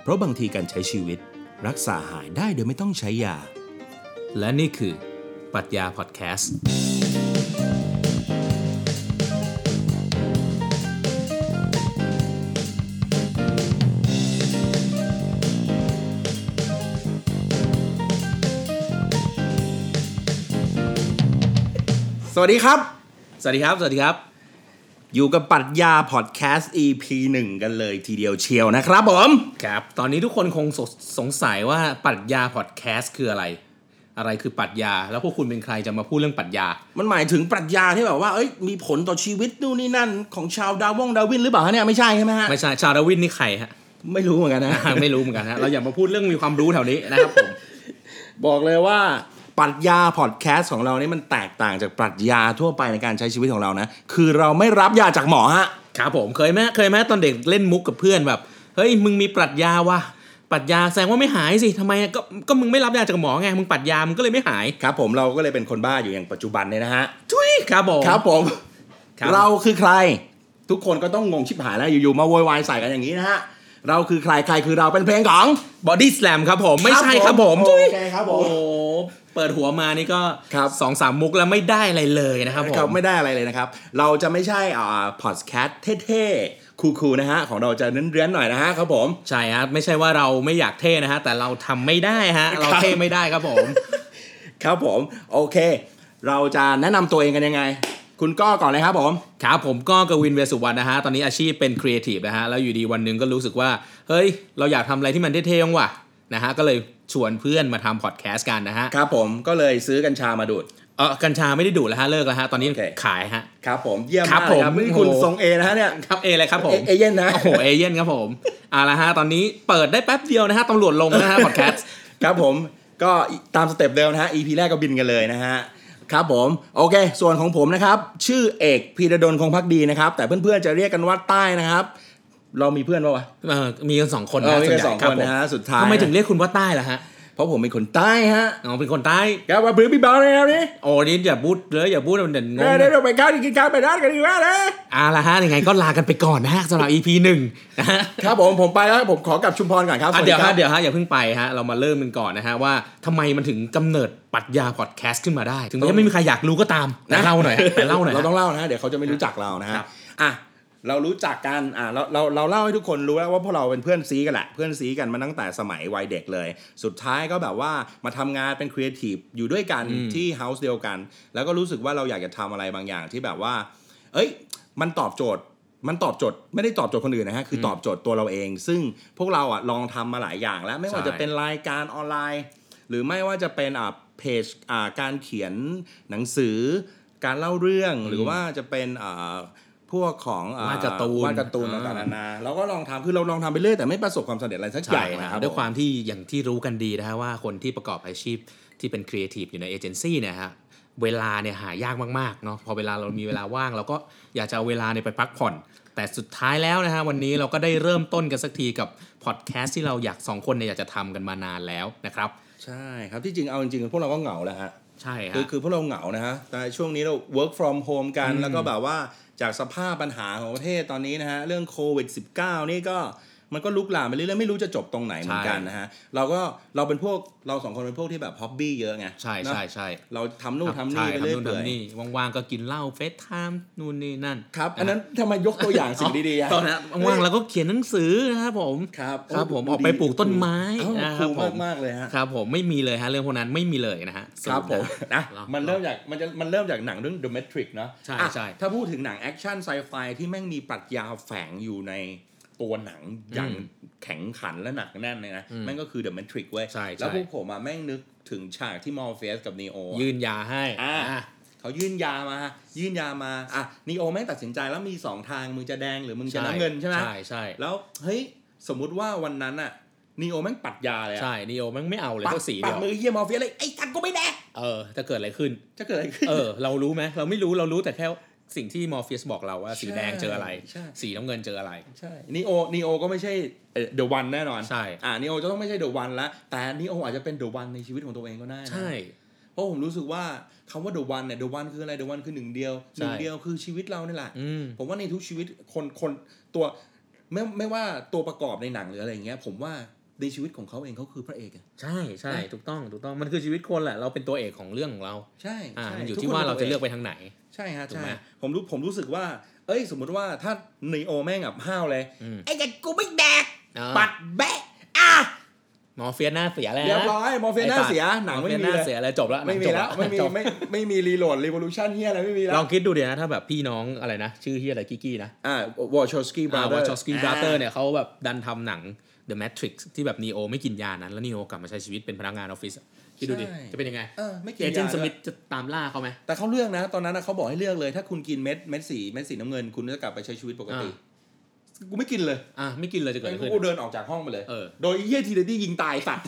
เพราะบางทีการใช้ชีวิตรักษาหายได้โดยไม่ต้องใช้ยา และนี่คือปรัชญาพอดแคสต์ สวัสดีครับ สวัสดีครับ สวัสดีครับ อยู่กับปรัชญาพอดแคสต์ EP 1 กันเลยทีเดียวเชียวนะครับผม ครับ ตอนนี้ทุกคนคงสสงสัยว่าปรัชญาพอดแคสต์คืออะไร อะไรคือปรัชญา แล้วพวกคุณเป็นใครจะมาพูดเรื่องปรัชญา มันหมายถึงปรัชญาที่แบบว่า เอ้ย มีผลต่อชีวิตนู่นนี่นั่น ของชาวดาวงดาวินหรือเปล่าฮะเนี่ย ไม่ใช่ใช่ไหมฮะ ไม่ใช่ชาวดาร์วินนี่ใครฮะ ไม่รู้เหมือนกันนะ ไม่รู้เหมือนกันฮะ เราอย่ามาพูดเรื่องมีความรู้แถวนี้นะครับผม บอกเลยว่าปรัชญาพอดแคสต์ของเรานี่มันแตกต่างจากปรัชญาทั่วไปในการใช้ชีวิตของเรานะ คือเราไม่รับยาจากหมอฮะ ครับผม เคยไหมเคยไหมตอนเด็กเล่นมุกกับเพื่อนแบบ เฮ้ย มึงมีปรัชญาวะปรัชญาแสดงว่าไม่หายสิทำไมอะก็ ก็มึงไม่รับยาจากหมอไง มึงปรัชญา มึงก็เลยไม่หาย ครับผมเราก็เลยเป็นคนบ้าอยู่อย่างปัจจุบันเนี่ยนะฮะ ทุยครับผม ครับผม ครับ เราคือใคร ทุกคนก็ต้องงงชิบหายแล้วอยู่ๆมาโวยวายใส่กันอย่างนี้นะฮะ เราคือใครใครคือเราเป็นเพลงของ บอดี้สแลมครับผม ไม่ใช่ครับผม ครับผม ทุย โอเคครับผม โอ้โหเปิดหัวมานี่ก็ ครับ สองสามมุกแล้วไม่ได้อะไรเลยนะครับผม ครับไม่ได้อะไรเลยนะครับ เราจะไม่ใช่อ่าพอดแคสต์เท่ๆ คูลๆนะฮะ ของเราจะเรื้อนๆหน่อยนะฮะครับผม ใช่ฮะไม่ใช่ว่าเราไม่อยากเท่นะฮะ แต่เราทำไม่ได้ฮะ เราเท่ไม่ได้ครับผม ครับผม โอเค เราจะแนะนำตัวเองกันยังไง คุณก้อก่อนเลยครับผม ครับผมก็กวินเวสสุวรรณนะฮะ ตอนนี้อาชีพเป็นครีเอทีฟนะฮะ แล้วอยู่ดีวันหนึ่งก็รู้สึกว่า เฮ้ย เราอยากทำอะไรที่มันเท่ๆบ้างว่ะนะฮะ ก็เลยชวนเพื่อนมาทำพอดแคสต์กันนะฮะ ครับผมก็เลยซื้อกัญชามาดูด เออกัญชาไม่ได้ดูดแล้วฮะ เลิกแล้วฮะ ตอนนี้ โอเค ขายฮะ ครับผมเยี่ยมมาก ครับผม เลยนี่คุณทรงเอนะฮะเนี่ย ครับเอเลยครับผม เอเอเย่นนะ โอ้โห เอเย่นครับผมเอาละฮะ ตอนนี้เปิดได้แป๊บเดียวนะฮะตำรวจลงนะฮะพอดแคสต์ ครับผมก็ตามสเต็ปเดิมนะฮะ EP แรกก็บินกันเลยนะฮะ ครับผม โอเค ส่วนของผมนะครับ ชื่อเอกพีระดลคงพักดีนะครับ แต่เพื่อนๆจะเรียกกันว่าใต้นะครับ เรามีเพื่อนปะวะ เออมีกันสองคน เออ นะ มีกัน ส่สอวใหญ่งคน รับผม นะฮะสุดท้าย ทำไมถึงเรียกคุณว่าใต้ล่ะฮะ เพราะผมเป็นคนใต้ฮะ อ๋อ เป็นคนใต้ แกว่าพื้นพี่บ้าเลยนะนี่ โอ้นี่อย่าพูดเลยอย่าพูดมันเด่นงง เดี๋ยวเดี๋ยวเราไปก้าวกินข้าวไปร้านกันดีกว่านะ เอาละฮะยังไงก็ลากันไปก่อนนะฮะสำหรับ EP หนึ่งนะฮะ ครับผมผมไปแล้วผมขอกลับชุมพรก่อนครับ อ่ะ สส เดี๋ยว ครั ฮะ บ เดี๋ยวฮะอย่าเพิ่งไปฮะเรามาเริ่มกันก่อนนะฮะว่าทำไมมันถึงกำเนิดปรัชญาพอดแคสต์ขึ้นมาได้ ถึงแม้ไม่มีใครอยากรู้ก็ตามนะเล่า หน่อยฮะแต่เล่าหน่อย เรา ฮะ ต้องเล่านะฮะเดี๋ยวเขาจะไม่รู้จักเรานะฮะ ครับ อ่ะเรารู้จักกันอ่ะเราเราเราเล่าให้ทุกคนรู้แล้วว่าพวกเราเป็นเพื่อนซีกันแหละเพื่อนซีกันมาตั้งแต่สมัยวัยเด็กเลย สุดท้ายก็แบบว่ามาทำงานเป็นครีเอทีฟอยู่ด้วยกันที่เฮาส์เดียวกัน แล้วก็รู้สึกว่าเราอยากจะทำอะไรบางอย่างที่แบบว่า เอ้ย มันตอบโจทย์ มันตอบโจทย์ไม่ได้ตอบโจทย์คนอื่นนะฮะ คือตอบโจทย์ตัวเราเอง ซึ่งพวกเราอ่ะลองทำมาหลายอย่างแล้ว ไม่ว่า ใช่ จะเป็นรายการออนไลน์ หรือไม่ว่าจะเป็นอ่าเพจอ่าการเขียนหนังสือ การเล่าเรื่อง หรือว่าจะเป็นอ่าพวกของอ่ วาดการ์ตูน วาดการ์ตูนต่างๆนานาเราก็ลองทำคือเราลองทำไปเรื่อยแต่ไม่ประสบความสำเร็จอะไรสักอ ใช่ ย่าง ฮะ นะครับ ด้วยความที่อย่างที่รู้กันดีนะฮะว่าคนที่ประกอบอาชีพที่เป็นครีเอทีฟอยู่ในเอเจนซี่เนี่ยฮะเวลาเนี่ยหายากมากๆเนาะพอเวลาเรามีเวลาว่างเราก็อยากจะเอาเวลาเนี่ยไปพักผ่อน แต่สุดท้ายแล้วนะฮะวันนี้เราก็ได้เริ่มต้นกันสักทีกับพอดแคสต์ที่เราอยากสองคนเนี่ยอยากจะทำกันมานานแล้วนะครับ ใช่ครับที่จริงเอาจริงๆพวกเราก็เหงาแหล้วฮะ ใช่ฮะ คือคือพวกเราเหงานะฮะ แต่ช่วงนี้เรา work from home กัน แล้วก็แบบว่าจากสภาพปัญหาของประเทศตอนนี้นะฮะ เรื่องโควิด -19 นี่ก็มันก็ลุกลามไปเรื่อยๆ ไม่รู้จะจบตรงไหนเหมือนกันนะฮะ เราก็เราเป็นพวกเราสองคนเป็นพวกที่แบบฮ็อบบี้เยอะไง ใช่ เนอะ ใช่ใช่ เราทำนู่น ครับ ทำ ใช่ นี่ไปเรื่อย ทำ เปื่อทำย นี่ว่างๆก็กินเหล้าเฟซไทม์นู่นนี่นั่น ครับ อันนั้นทำไมยกตัว อย่างสิ่งดีๆอะ ตอนนั้นว่างๆเราก็เขียนหนังสือนะครับผม ครับ ครับผม โดู ออกไปปลูกต้นไม้ เอ้า นะค ค รั รั บบผม มากๆเลยฮะ ครับผมไม่มีเลยฮะเรื่องพวกนั้นไม่มีเลยนะฮะ ครับ ส ผ ป มนะ เหรอ มันเริ่มจากมันจะมันเริ่มจากหนังเรื่อง The Matrix เนอะ ใช่ อ่ะ ใช่ ถ้าพูดถึงหนังแอคชั่นไซไฟที่แม่งมีปรัชญาแฝงอยู่ในตัวหนังอย่าง อืม แข็งขันและหนักแน่นเลยนะ อืม แม่งก็คือ The Matrix เว้ย ใช่ใช่ แล้วพวกผมอ่ะแม่งนึกถึงฉากที่มอร์เฟสกับนีโอ ยื่นยาให้ อ่า อ่า เขายื่นยามา ยื่นยามา อ่ะนีโอแม่งตัดสินใจแล้วมีสองทางมึงจะแดงหรือมึงจะน้ำเงินใช่ไหม ใช่ใช่ แล้วเฮ้ยสมมุติว่าวันนั้นอ่ะนีโอแม่งปัดยาเลยอะ ใช่นีโอแม่งไม่เอาเลย ปัด ก็สี ปั เดี ด ยว มือเยี่ยมอร์เฟสเลยไอ้ทันก็ไม่แดง เออจะเกิดอะไรขึ้น จะเกิดอะไรขึ้น เออ เรารู้ไหมเราไม่รู้เรารู้แต่แค่สิ่งที่มอร์เฟียสบอกเราว่า สีแดงเจออะไร ใช่ สีน้ำเงินเจออะไร ใช่นีโอนีโอก็ไม่ใช่เดอะวันแน่นอน ใช่ อ่านีโอจะต้องไม่ใช่เดอะวันละแต่นีโออาจจะเป็นเดอะวันในชีวิตของตัวเองก็ได้นะ ใช่ เพราะผมรู้สึกว่าคำว่าเดอะวันเนี่ยเดอะวันคืออะไรเดอะวันคือหนึ่งเดียวห ใช่ นึ่งเดียวคือชีวิตเราเนี่ยแหละ อืม ผมว่าในทุกชีวิตคนคนตัวไม่ไม่ว่าตัวประกอบในหนังหรืออะไรอย่างเงี้ย ผมว่า ในชีวิตของเขาเองเขาคือพระเอกอะ ใช่ใช่ ใช่ ถูกต้องถูกต้องมันคือชีวิตคนแหละเราเป็นตัวเอกของเรื่องของเรา ใช่ อ่า ใช่ มันอยู่ ทุ ที่ คน ว่า ป็น เรา ตัว จะ ก เลือกไปทางไหน ใช่ฮะ ถูก ใช่ ไหม ผมรู้ผมรู้สึกว่า เอ้ย สมมุติว่าถ้านีโอแม่งแบบห้าวเลย อืม ไอ้แต่กูไม่แดก อ่า ปัดแบะอ่ะ หมอเฟียหน้าเสียแล้ว เรียบ นะ ร้อยมอร์เฟียหน้า ไอ้สัตว์ เสียหนัง หมอ ไม่ เฟีย มี หน้า เลย เสียแล้วจบแล้วหนั ไม่ ง มี จบ แล้วไม่มี จบ ไม่ไม่มีรีโหลดรีวอลูชันเฮียอะไรไม่มีแล้ ล ว องคิดดูเดี๋ยวนะถ้าแบบพี่น้องอะไรนะ ชื่อเฮียอะไรกี้กี้นะ อ่าวอชอสกี้บราเดอ วอ ร์ ชอสกี้บราเตอร์เนี่ยเขาแบบดันทำหนัง The Matrix ที่แบบนีโอไม่กินยานั้น แล้วนีโอกลับมาใช้ชีวิตเป็นพนักงานออฟฟิศอะคิดดูดิ ใช่ จะเป็นยังไง เออไม่กิน เอเจนต์ ยา ส ด้วย มิธจะตามล่าเขาไหม แต่เขาเลือกนะ ตอนนั้นนะเขาบอกให้เลือกเลยถ้าคุณกินเม็ดเม็ดสีเม็ดสีน้ำเงิน คุณจะกลับไปใช้ชีวิตปกติ อ่ กูไม่กินเลย อ่ะ ไม่กินเลยจะเกิดอะไรขึ้น กูเดินออกจากห้องไปเลย เออ โดยไอ้เฮียทีเดดี้ยิงตายสัตว์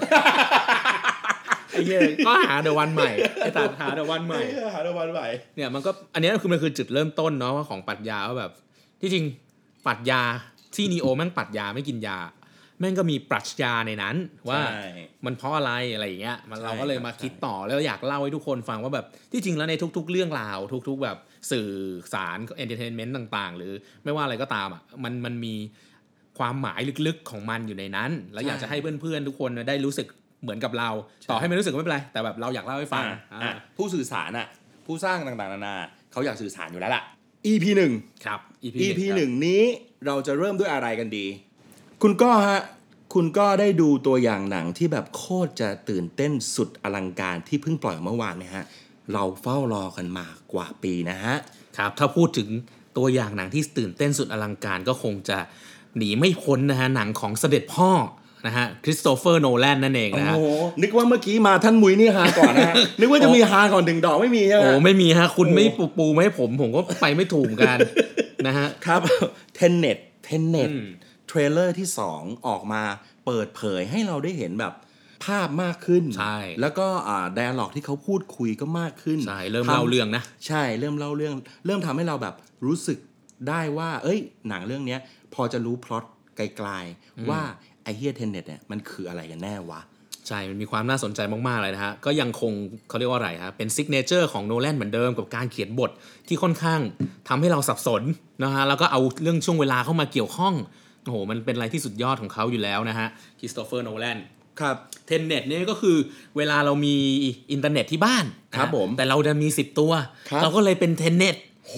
ไอ้เหี้ยก็หาเดอะวันใหม่ไอ้ตาหาเดอะวัน ใหม่ เหี้ยหาดวันไหว เนี่ยมันก็อันเนี้ยคือมันคือจุดเริ่มต้นเนาะว่าของปรัชญาว่าแบบ ที่จริงปรัชญาที่นีโอแม่งปรัชญาไม่กินยา แม่งก็มีปรัชญาในนั้นว่า ใช่ มันเพราะอะไรอะไรอย่างเงี้ยมัน ใช่ เราก็เลคยรับ มาคิด ใช่ ต่อแล้วอยากเล่าให้ทุกคนฟังว่าแบบที่จริงแล้วในทุก ๆ เรื่องราว ทุก ๆ แบบสื่อสารเอนเตอร์เทนเมนต์ต่างๆ หรือไม่ว่าอะไรก็ตามอ่ะมันมันมีความหมายลึกๆของมันอยู่ในนั้น แล้วอยากจะให้เพื่อนๆทุกคนได้รู้สึกเหมือนกับเรา ต่อให้ไม่รู้สึกก็ไม่เป็นไรแต่แบบเราอยากเล่าให้ฟัง อ่ะ อ่า อ่ะผู้สื่อสารอ่ะ ผู้สร้างต่างๆนานาเขาอยากสื่อสารอยู่แล้วล่ะ EP หนึ่ง ครับ EP EP ครับ หนึ่งนี้เราจะเริ่มด้วยอะไรกันดี คุณก็ฮะ คุณก็ได้ดูตัวอย่างหนังที่แบบโคตรจะตื่นเต้นสุดอลังการที่เพิ่งปล่อยเมื่อวานนะฮะ เราเฝ้ารอกันมากว่าปีนะฮะ ครับถ้าพูดถึงตัวอย่างหนังที่ตื่นเต้นสุดอลังการก็คงจะหนีไม่พ้นนะฮะหนังของเสด็จพ่อนะฮะคริสโตเฟอร์โนแลนนั่นเองนะฮะ โอ้โหนึกว่าเมื่อกี้มาท่านมุยนี่ฮาก่อนนะ ฮะ นึกว่าจะมีฮาก่อนถึงดอกไม่มีใช่ไหม โอ้ไม่มีฮะ คุณ โอ้ ไม่ปูปูไม่ให้ผม ผมก็ไปไม่ถูกเหมือนกัน นะฮะ ครับเทนเน็ตเทนเน็ต อืม เทรลเลอร์ที่ 2 ออกมาเปิดเผยให้เราได้เห็นแบบภาพมากขึ้น ใช่ แล้วก็อ่าไดอะล็อกที่เขาพูดคุยก็มากขึ้น ใช่ เริ่ม ทำ เล่าเรื่องนะ ใช่เริ่มเล่าเรื่อง เริ่มทำให้เราแบบรู้สึกได้ว่า เอ้ย หนังเรื่องเนี้ยพอจะรู้พล็อตไกลๆ ว่าไอเฮียเทนเน็ตเนี่ยมันคืออะไรกันแน่วะ ใช่ มันมีความน่าสนใจมาก ๆ เลยนะฮะ ก็ยังคงเขาเรียกว่าอะไรฮะ เป็นซิกเนเจอร์ของโนแลนเหมือนเดิมกับการเขียนบทที่ค่อนข้างทำให้เราสับสนนะฮะ แล้วก็เอาเรื่องช่วงเวลาเข้ามาเกี่ยวข้อง โอ้โห มันเป็นอะไรที่สุดยอดของเขาอยู่แล้วนะฮะคริสโตเฟอร์โนแลน ครับ เทนเน็ตเนี่ยก็คือเวลาเรามีอินเทอร์เน็ตที่บ้าน ครับ นะฮะ ผม แต่เราจะมีสิบตัว ครับ เราก็เลยเป็นเทนเน็ต โห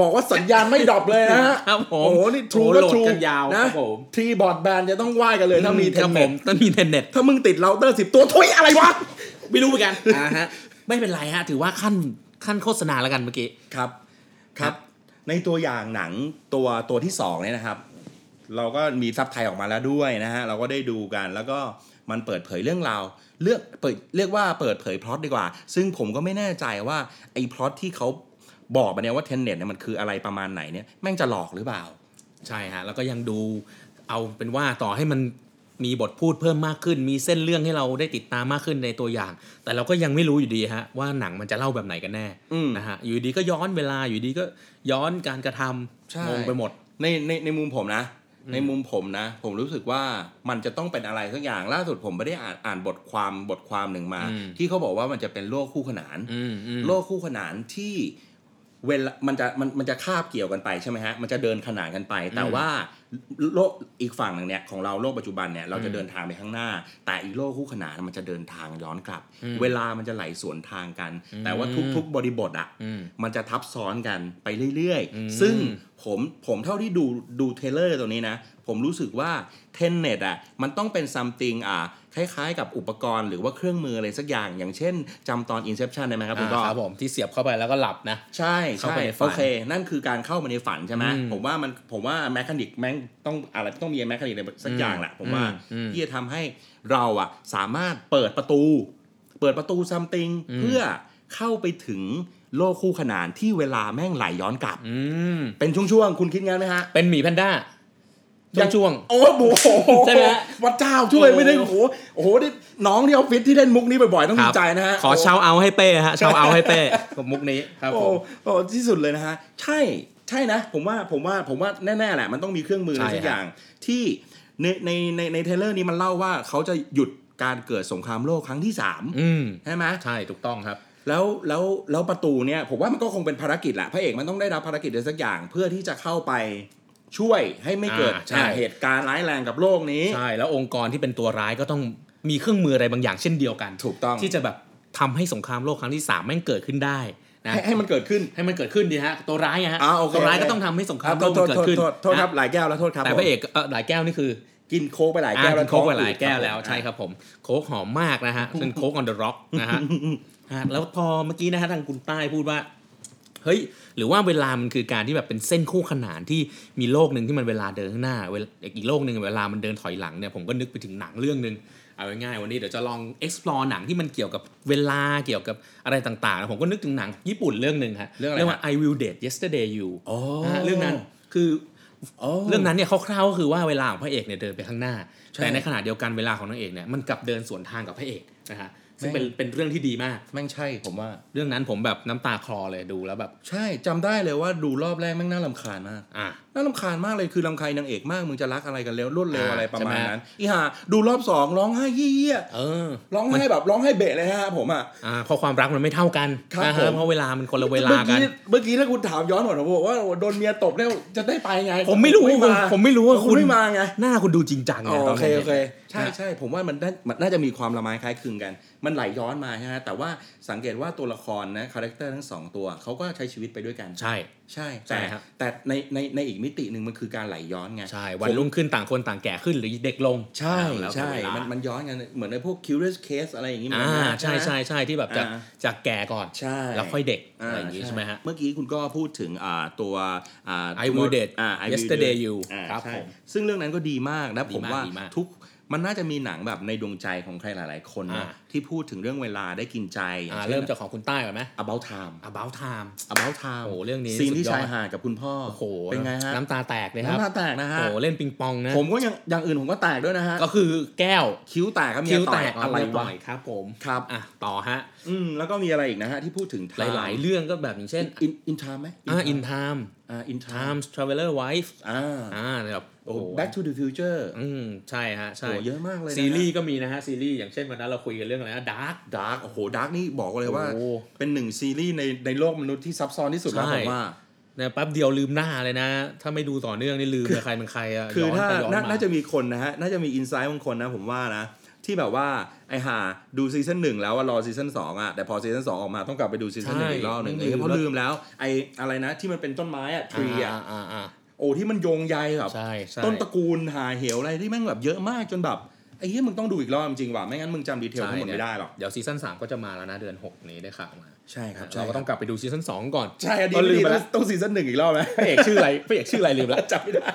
บอกว่าสัญญาณไม่ดรอปเลยนะฮะ ครับผม โอ้โห นี่ทรู โอ้ ก็ โหโหลด ทรู กันยาว นะครับ ผม ทีบอร์ดแบนจะต้องไหว้กันเลยถ้ามีเท ครั น บผ เน็ต มต้องมีเทนเน็ต ถ้ามึงติดเราเตอร์สิบตัวทุยอะไร วะ ไม่รู้เหมือนกัน อ่าฮะ ไม่เป็นไรฮะ ถือว่าขั้นขั้นโฆษณาแล้วกันเมื่อกี้ ครับ ครับ ในตัวอย่างหนังตัวตัวที่สองเนี่ยนะครับ เราก็มีซับไทยออกมาแล้วด้วยนะฮะ เราก็ได้ดูกันแล้วก็มันเปิดเผยเรื่องราวเลือกเปิดเรียกว่าเปิดเผยพล็อตดีกว่า ซึ่งผมก็ไม่แน่ใจว่าไอ้พล็อตที่เขาบอกมาเนี่ยว่าเทนเน็ตเนี่ยมันคืออะไรประมาณไหนเนี่ยแม่งจะหลอกหรือเปล่า ใช่ฮะ แล้วก็ยังดูเอาเป็นว่าต่อให้มันมีบทพูดเพิ่มมากขึ้น มีเส้นเรื่องให้เราได้ติดตามมากขึ้นในตัวอย่าง แต่เราก็ยังไม่รู้อยู่ดีฮะ ว่าหนังมันจะเล่าแบบไหนกันแน่ อืม นะฮะ อยู่ดีก็ย้อนเวลา อยู่ดีก็ย้อนการกระท ใช่ ำงงไปหมด ในในในมุมผมนะ ในมุมผมนะ ผมรู้สึกว่ามันจะต้องเป็นอะไรสักอย่างล่าสุดผมไม่ได้อ่านอ่านบทความบทความหนึ่งมา อืม ที่เขาบอกว่ามันจะเป็นโลกคู่ขนาน อืมอืม โลกคู่ขนานที่เวลามันจะมันมันจะคาบเกี่ยวกันไปใช่ไหมฮะมันจะเดินขนานกันไป แต่ อืม ว่าโลกอีกฝั่งหนึ่งเนี่ยของเราโลกปัจจุบันเนี่ยเราจะ อืม เดินทางไปข้างหน้า แต่อีกโลกคู่ขนานมันจะเดินทางย้อนกลับ อืม เวลามันจะไหลสวนทางกัน อืม แต่ว่าทุก ๆ บริบทอะ อืม มันจะทับซ้อนกันไปเรื่อย อืม ๆ ซึ่งผมผมเท่าที่ดูดูเทรลเลอร์ตัวนี้นะ ผมรู้สึกว่าเทนเน็ตอ่ะมันต้องเป็นซัมติงอ่ะคล้ายๆกับอุปกรณ์หรือว่าเครื่องมืออะไรสักอย่าง อย่างเช่นจำตอน Inception ได้ไหมครับคุณก็ อ่าครับผมที่เสียบเข้าไปแล้วก็หลับนะ ใช่ เข้า ใช่ ไปในฝัน โอเค นั่นคือการเข้ามาในฝันใช่ไหม อืม ผมว่ามันผมว่าแมคานิกแม่งต้องอะไรต้องมีแมคานิกสักอย่างแหละผมว่า อืม ที่จะทำให้เราอ่ะสามารถเปิดประตู เปิดประตูซัมติง อืม เพื่อเข้าไปถึงโลกคู่ขนานที่เวลาแม่งไหลย้อนกลับ อืม เป็นช่วงๆ คุณคิดงั้นไหมฮะ เป็นหมีแพนด้า ยัง ช่วง โอ้ โห ใช่ไหมฮะ วัดเจ้าช่วยไม่ได้โอ้โหโอ้โหนี่น้องที่ออฟฟิศที่เล่นมุกนี้บ่อยๆ ต้อง ๆค ดี รับ ใจนะฮะ ขอเชาเอาให้เป้ฮะเชาเอาให้เป้กับ มุกนี้ครับ โอ้ ผ โห ม โอ้โหที่สุดเลยนะฮะ ใช่ใช่นะ ผมว่าผมว่าผมว่าแน่ๆแหละ มันต้องมีเครื่องมืออะไร ใช่ สัก ฮะ อย่าง ที่ในในในในเทรลเลอร์นี้มันเล่าว่าเขาจะหยุดการเกิดสงครามโลกครั้งที่สาม อืม ใช่ไหม ใช่ถูกต้องครับ แล้วแล้วแล้วประตูเนี่ยผมว่ามันก็คงเป็นภารกิจแหละพระเอกมันต้องได้รับภารกิจอะไรสักอย่าง เพื่อที่จะเข้าไป ช่วยให้ไม่เกิด อ่าใช่ อ่าเหตุการณ์ร้ายแรงกับโลกนี้ ใช่ แล้วองค์กรที่เป็นตัวร้ายก็ต้องมีเครื่องมืออะไรบางอย่างเช่นเดียวกัน ถูกต้อง ที่จะแบบทำให้สงครามโลกครั้งที่สามแม่งเกิดขึ้นได้นะ ให้ให้มันเกิดขึ้น ให้มันเกิดขึ้นดีฮะตัวร้ายไงฮะ อ่าโอเค ตัวร้าย โอเค ก็ต้องทำให้สงค ค รา รั ม บ โลก โท มั ษ นโทษเกิดขึ้น โทษโทษครับ นะ หลายแก้วแล้วโทษครับ แต่พระเอกเอ่อหลายแก้วนี่คือ กินโค้กไปหลาย อ่า แก้ว กิ แล้ว นโค้กไป ท้อง หลายแก้วแล้ว อืด ใช่ครับผมโค้กหอมมากนะฮะเป็นโค้กออนเดอะร็อกนะฮะฮะแล้วพอเมื่อกี้นะฮะทางคุณใต้พูดว่าเฮ้ยหรือว่าเวลามันคือการที่แบบเป็นเส้นคู่ขนานที่มีโลกหนึ่งที่มันเวลาเดินข้างหน้าเวลาอีกโลกหนึ่งเวลามันเดินถอยหลังเนี่ยผมก็นึกไปถึงหนังเรื่องหนึ่งเอาง่ายๆวันนี้เดี๋ยวจะลอง explore หนังที่มันเกี่ยวกับเวลาเกี่ยวกับอะไรต่างๆนะผมก็นึกถึงหนังญี่ปุ่นเรื่องหนึ่งฮะ เรื่องอะไรฮะ ว่า I will date yesterday you อ๋อ นะฮะเรื่องนั้นคือเรื่องนั้นเนี่ยคร่าวๆก็คือว่าเวลาของพระเอกเนี่ยเดินไปข้างหน้า แต่ในขณะเดียวกันเวลาของนางเอกเนี่ยมันกลับเดินสวนทางกับพระเอกนะฮะซึ่งเป็นเป็นเรื่องที่ดีมาก แม่งใช่ผมว่า เรื่องนั้นผมแบบน้ำตาคลอเลยดูแล้วแบบ ใช่จำได้เลยว่าดูรอบแรกแม่งน่าลำคาญมาก อ่ะ น่าลำคาญมากเลยคือลำคาญนางเอกมากมึงจะรักอะไรกันเร็วรวดเร็ว อ่า อะไรประมาณ ใช่ไหม นั้นอีห่าดูรอบสองร้องไห้เยี่ย เออ ๆร้องไห้แบบร้องไห้เบะเลยฮะผมอ่ะ อ่าเพอความรักมันไม่เท่ากัน ครับ นะ ผ ฮะ ม เพราะเวลามันคนละเวลากัน เมื่อเมื่อกี้ถ้าคุณถามย้อนหน่อยผมบอกว่าโดนเมียตบแล้วจะได้ไปไง ผมไม่รู้ า ผมไม่รู้ว่า คุณ คุณ ไม่มาไง หน้าคุณดูจริงจังไงต โอน เค นั้น โอเค นี่ย ใช่ใช่ผมว่ามันน่ามันน่าจะมีความละไม้คล้ายคลึงกัน มันไหลย้อนมาฮะแต่ว่าสังเกตว่าตัวละครนะคาแรคเตอร์ทั้งสองตัวเขาก็ใช้ชีวิตไปด้วยกัน ใช่ ใช่ ใช่ แต่ ครับ แต่ในในในอีกมิติหนึ่งมันคือการไหลย้อนไง ใช่วันรุ่งขึ้นต่างคนต่างแก่ขึ้นหรือเด็กลง ใช่ แล้วแต่ ใช่ เวลา มันมันย้อนกันเหมือนในพวก curious case อะไรอย่างนี้เหมือนกัอ่านนะ ใช่ ไหม ใช่ใช่ที่แบบจะ อ่า จะแก่ก่อน ใช่ แล้วค่อยเด็ก อ่า อะไรอย่างงี้ใช่ไหมฮะ เมื่อกี้คุณก็พูดถึงอ่าตัวอ่า I will I date will date yesterday you อ่า ครับ ใช่ ผม ซึ่งเรื่องนั้นก็ดีมากนะผม ดีมาก ว่า ดีมาก ทุกมันน่าจะมีหนังแบบในดวงใจของใครหลาย ๆ คนนะ อ่า ที่พูดถึงเรื่องเวลาได้กินใจอย่ง อ่า ช่น เริ่มจากของคุณใต้ก่อนไหม about time about time about time โอ้โหเรื่องนี้ ซีนที่ สุดยอชาดยหาดกับคุณพ่อ โอ้โห เป็นไงฮะ น้ำตาแตกเลยครับ น้ำตาแตกนะ โอ้ ฮะ โหเล่นปิงปองนะ ผมก็ยังอย่างอื่นผมก็แตกด้วยนะฮะ ก็คือแก้ว คิ้วแตกครับเมี คิ้ ยว ต่ แต อย ก อะไร เมียวต่ วะ อยครับผม ครับ อ่ะต่อฮะ อืมแล้วก็มีอะไรอีกนะฮะ ที่พูดถึง ห time ลาย ๆ เรื่องก็แบบอย่างเช่น อินอินทามไหม อ่า in time อ่าอินทาม time traveler wife อ่า อ่าแบบ โอ้ โอ้ โห โห back to the future อืมใช่ฮะ ใช่ โอ้โหเยอะมากเลยนะฮะ ซีรีส์ก็มีนะฮะ ซีรีส์อย่างเช่นวันนั้นเราคุยกันเรื่องอะไรนะดาร์ก dark โอ้โห dark นี่บอกเลยว่า โอ้ เป็นหนึ่งซีรีส์ในในโลกมนุษย์ที่ซับซ้อนที่สุดแล้ว ใช่ ผมว่า นะแป๊บเดียวลืมหน้าเลยนะ ถ้าไม่ดูต่อเนื่องนี่ลืมเลยใครเป็นใครอะ คือ ย้น ถ้า ไปย้อน นา มา น่าจะมีคนนะฮะ น่าจะมีอินไซต์บางคนนะผมว่านะ ที่แบบว่าไอ้ห่าดูซีซั่นหนึ่งแล้วอะรอซีซั่นสองอะแต่พอซีซั่นสองออกมาต้องกลับไปดูซีซั่นหนึ่งอีกรอบหนึ่ง ใช่ เลยเพ มัน ราะ ลื ลื ม มแล้วไอ้อะไรนะที่มันเป็นต้นไม้อะทรีอะ อ่าอ่าอ่า โอ้ที่มันโยงใยแบบ ใช่ใช่ ต้นตระกูลหาเหวอะไรที่แม่งแบบเยอะมากจนแบบไอ้เหี้ยมึงต้องดูอีกรอบจริงๆว่ะไม่งั้นมึงจำดีเทลทั้งหมด ใช่ ไม่ได้หรอก เดี๋ยวซีซั่น3ก็จะมาแล้วนะเดือน 6 นี้ได้ข่าวมา ใช่ครับ เราก็ต้องกลับไปดูซีซั่น2ก่อน ใช่อันนี้ ก็ ลื ลื ม ม ไป ไป แล้ แล้ว ว ต้องซีซั่นหนึ่งอีกรอบไหม พระเอกชื่ออะไรพระเอกชื่ออะไรลืมแล้ว จ ำไม่ได้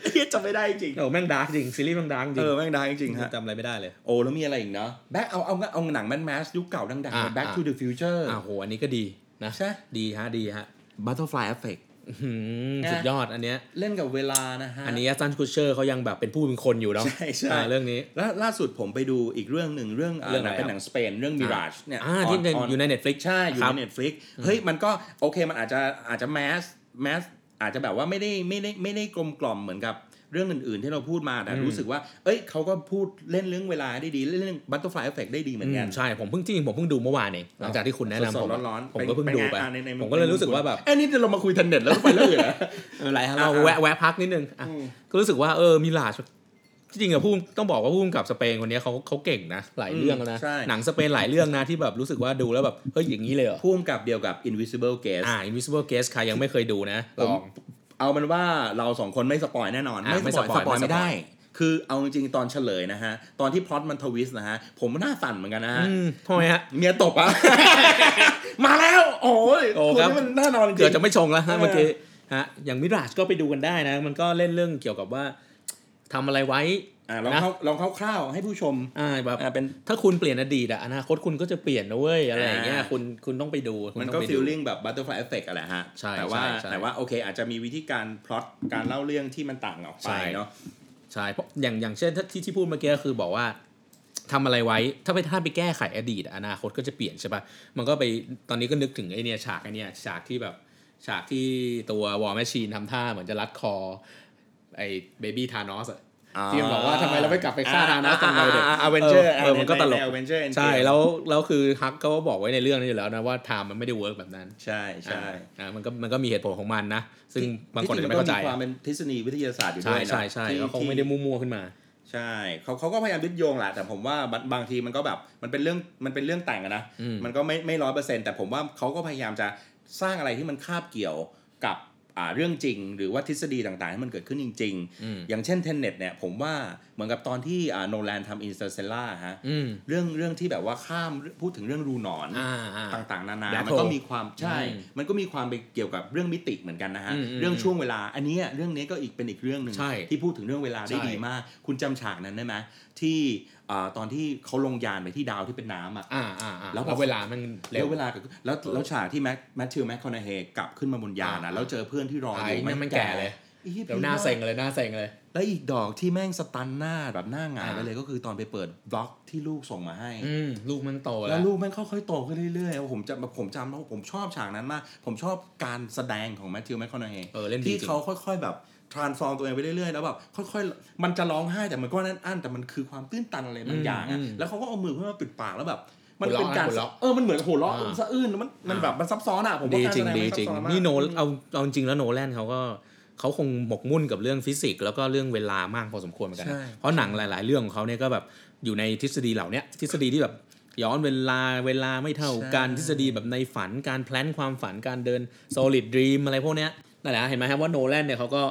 ไอ้เหี้ยจำไม่ได้จริง โอ้แม่งดาร์กจริงซีรีส์แม่งดาร์กจริ เอง อแม่งได้จริงๆฮะ จำอะไรไม่ได้เลย โอ้แล้วมีอะไรอีกเนาะแบ็คเอาเอาเอาหนังแมนแมสยุคเก่าดัง อ่า ๆ Back อ่า to the Future อ่าโหอันนี้ก็ดีนะ ใช่ ดีฮะดีฮะ Butterfly Effect อื้อหือ นะ สุดยอดอันเนี้ย เล่นกับเวลานะฮะ อันนี้ซันคูเชอร์เขายังแบบเป็นผู้เป็นคนอยู่เนาะ ใช่ใช่ อ่าเรื่องนี้ และล่าสุดผมไปดูอีกเรื่องหนึ่งเรื่องอ่า เรื่องอะไร เป็นหนังสเปนเรื่อง Mirage เนี่ย อ่าที่ใน on- อยู่ใน Netflix ใช่ อยู่ ครับ ใน Netflix เฮ้ย มันก็โอเคมันอาจจะอาจจะแมสแมสอาจจะแบบว่าไม่ได้ไม่ได้ไม่ได้กลมกล่อมเหมือนกับเรื่องอื่น ๆ ที่เราพูดมาแต่ อืม รู้สึกว่า เอ้ยเขาก็พูดเล่นเรื่องเวลาได้ดี เล่นเรื่อง butterfly effect ได้ดีเหมือนกัน อืมใช่ผมเพิ่งจริงๆผมเพิ่งดูเมื่อวานเองหลังจากที่คุณแนะนำ ส ผ ด ม ๆร้อนๆ ผมก็เพิ่งดูไป อ่ะในๆ ผมก็เลยรู้สึกว่าแบบ เอ้ยนี่เรามาคุยทันเน็ตแล้วไปเรื่องอื่นเหรอ อะไรฮะเรา อ่ะ แวะแวะพักนิดนึงอ่ะ อืม ก็รู้สึกว่าเออมิลาชจริงๆอะผู้ต้องบอกว่าผู้กำกับสเปนคนเนี้ยเขาเขาเก่งนะ หลายเรื่องแล้วนะ ใช่ หนังสเปนหลายเรื่องนะที่แบบรู้สึกว่าดูแล้วแบบ เฮ้ย อย่างนี้เลยเหรอ พุ่มกับเดียวกับ invisible guest อ่า Invisible Guest ใครยังไม่เคยดูนะ ผ ล ม อง เอามันว่าเราสองคนไม่สปอยแน่นอน อ่ะ สปอย ไม่สปอย สปอยไม่ไม่สปอย ได้ คือเอาจริงๆตอนเฉลยนะฮะ ตอนที่พล็อตมันทวิสต์นะฮะ ผมหน้าสั่นเหมือนกันนะฮะ อืมทำไมฮะ เมียตบอ่ะ มาแล้ว โอ้ย โอ้ ณ ครับ นี่มันน่านอนจริง เกือบจะไม่ชงแล้วเอฮะอ เมื่อกี้ฮะอย่างมิลาชก็ไปดูกันได้นะ มันก็เล่นเรื่องเกี่ยวกับว่าทำอะไรไว้ อ่ะลอง นะ เข้าลองคร่าวๆให้ผู้ชม อ่าแบบ อ่ะเป็น ถ้าคุณเปลี่ยนอดีตอะอนาคตคุณก็จะเปลี่ยนนะเว้ยอะไรอย่างเงี้ย อ่า คุณคุณต้องไปดูคุณ มัน ต้อ ก็ งไป ฟี ดู ลลิ่งแบบ butterfly effect อะไรฮะ ใช่ แต่ว่า ใช่ใช่ แต่ว่าโอเค อาจจะมีวิธีการพล็อตการเล่าเรื่องที่มันต่างออกไป ใช่ เนาะ ใช่เพราะอย่างอย่างเช่นถ้าที่ที่พูดเมื่อกี้ก็คือบอกว่าทำอะไรไว้ ถ้าไปถ้าไปแก้ไขอดีตอนาคตก็จะเปลี่ยนใช่ปะมันก็ไปตอนนี้ก็นึกถึงไอเนี่ยฉากไอเนี่ยฉากที่แบบฉากที่ตัววอลแมชชีนทำท่าเหมือนจะรัดคอไอเบบี้ทานอสอะ ที่มันบอกว่าทำไมเราไม่กลับไปฆ่าธานัสตอนเราเด็ก อเวนเจอร์ เออมันก็ตลก อเวนเจอร์ ใช่แล้วแล้วคือฮักก็บอกไว้ในเรื่องนี้อยู่แล้วนะว่าไทม์มันไม่ได้เวิร์กแบบนั้น ใช่ใช่ อ่ามันก็มันก็มีเหตุผลของมันนะ ซึ่งบางคนอาจจะไม่เข้าใจ ที่จริงนก็มีความเป็นทฤษฎีวิทยาศาสตร์อยู่ด้ ใช่ วยนะ ใช่ใช่ ที่ แล้วเขา ที่ ไม่ได้มั่วๆขึ้นมา ใช่เขาเขาก็พยายามยึดโยงแหละแต่ผมว่าบางบางทีมันก็แบบมันเป็นเรื่องมันเป็นเรื่องแต่งอะนะ อืม มันก็ไม่ไม่ร้อยเปอร์เซ็นต์แต่ผมว่าเขาก็พยายามจะสร้างอะไรที่มันคาบเกี่ยวกับอ่าเรื่องจริง หรือว่าทฤษฎีต่างๆที่มันเกิดขึ้นจริง อืม ๆ อย่างเช่นเทนเน็ตเนี่ยผมว่าเหมือนกับตอนที่อ่าโนแลนทำอินสตาเซล่าฮะ อืม เรื่องเรื่องที่แบบว่าข้ามพูดถึงเรื่องรูหนอน อ่าอ่า ต่างๆ นานา Black มันก็ hole มีความใช่ อืม มันก็มีความไปเกี่ยวกับเรื่องมิติเหมือนกันนะฮะ อืมอืม เรื่องช่วงเวลา อันเนี้ยเรื่องนี้ก็อีกเป็นอีกเรื่องหนึ่ง ใช่ ที่พูดถึงเรื่องเวลาได้ ใช่ ดีมาก คุณจำฉากนั้นได้ไหมที่เอ่อตอนที่เขาลงยานไปที่ดาวที่เป็นน้ำอ่ะ อ่าอ่าอ่า แล้ แล้ว ว พอ เวลามันเร็ แล้ว วเวลากับแล้วแล้วฉากที่แมทแมทธิวแมคคอนาเฮกลับขึ้นมาบนยานอ่ะ อ่า แล้วเจอเพื่อนที่รออ ไอ้ ยู่ นั่นมันแก่เลย อีก แล้วหน้าเซ็งเลยหน้าเซ็งเลย แล้วอีกดอกที่แม่งสตันหน้าแบบหน้าหงาย อ่า ไปเลยก็คือตอนไปเปิดบล็อกที่ลูกส่งมาให้ อืมลูกมันโต แล้ แล้ว ว ลูกมันค่อยๆโตขึ้นเรื่อยๆ ผมจำผมจำแล้วผมชอบฉากนั้นมาก ผมชอบการแสดงของแมทธิวแมคคอนาเฮ เออเล่นดี ที่ จริง เขาค่อยๆ แบบ transform ตัวเองไปเรื่อยๆ แล้วแบบค่อยๆ มันจะร้องไห้แต่มันก็นั่นอั้นแต่มันคือความตื้นตันอะไรบางอย่างอะ อืมอืม แล้วเขาก็เอามือขึ้นมาปิดปากแล้วแบบ มัน หัว เป็น เราะ การ หัวเราะ เออมันเหมือนหัวเราะ อ่า สะอื้นแล้วมันมันแบบมันซับซ้อนอะผมว่า ดี การ จ แสดงริงดี มันซั จริ บ ง ซ้อนมาก นี่โนเอาเอาจริงแล้วโนแลนเขาก็เขาคงหมกมุ่นกับเรื่องฟิสิกส์แล้วก็เรื่องเวลามากพอสมควรเหมือนกันนะเพราะหนังหลาย ๆ เรื่องของเขาเนี่ยก็แบบอยู่ในทฤษฎีเหล่าเนี้ยทฤษฎีที่แบบย้อนเวลาเวลาไม่เท่ากันทฤษฎีแบบในฝันการแพลนความฝันการเดิน solid dream อะไรพวกเนี้ยนั่นแหละฮะเห็นไหมครับว่าโนแลนเนี่ยเขาก็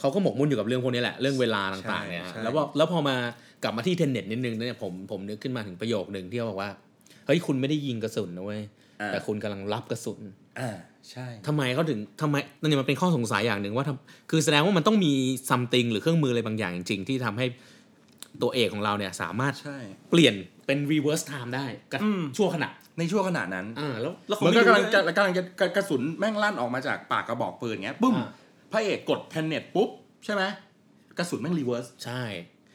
เขาก็หมกมุ่นอยู่กับเรื่องพวกนี้แหละเรื่องเวลาต่างๆเนี่ยฮะแล้วพอแล้วพอมากลับมาที่เทนเน็ตนิดนึงเนี่ยผมผมนึกขึ้นมาถึงประโยคหนึ่งที่เขาบอกว่าเฮ้ยคุณไม่ได้ยิงกระสุนนะเว้ยแต่คุณกำลังรับกระสุน อ่าใช่ ทำไมเขาถึงทำไมนั่นเนี่ยมันเป็นข้อสงสัยอย่างหนึ่งว่าทำคือแสดงว่ามันต้องมีซัมติงหรือเครื่องมืออะไรบางอย่างจริงๆที่ทำให้ตัวเอกของเราเนี่ยสามารถ ใช่ เปลี่ยนเป็น reverse time ได้กับ อืม ชั่วขณะ ในช่วงขณะนั้น อ่าแล้วแล้วเขา มัน ไม่ ก็ รู้ กำลัง ด้วย จะกำลังจะกระสุนแม่งลั่นออกมาจากปากกระบอกปืนเงี้ยปุ้ม อ่า พระเอกกดแพนเน็ตปุ๊บ ใช่ไหมกระสุนแม่งรีเวิร์ส ใช่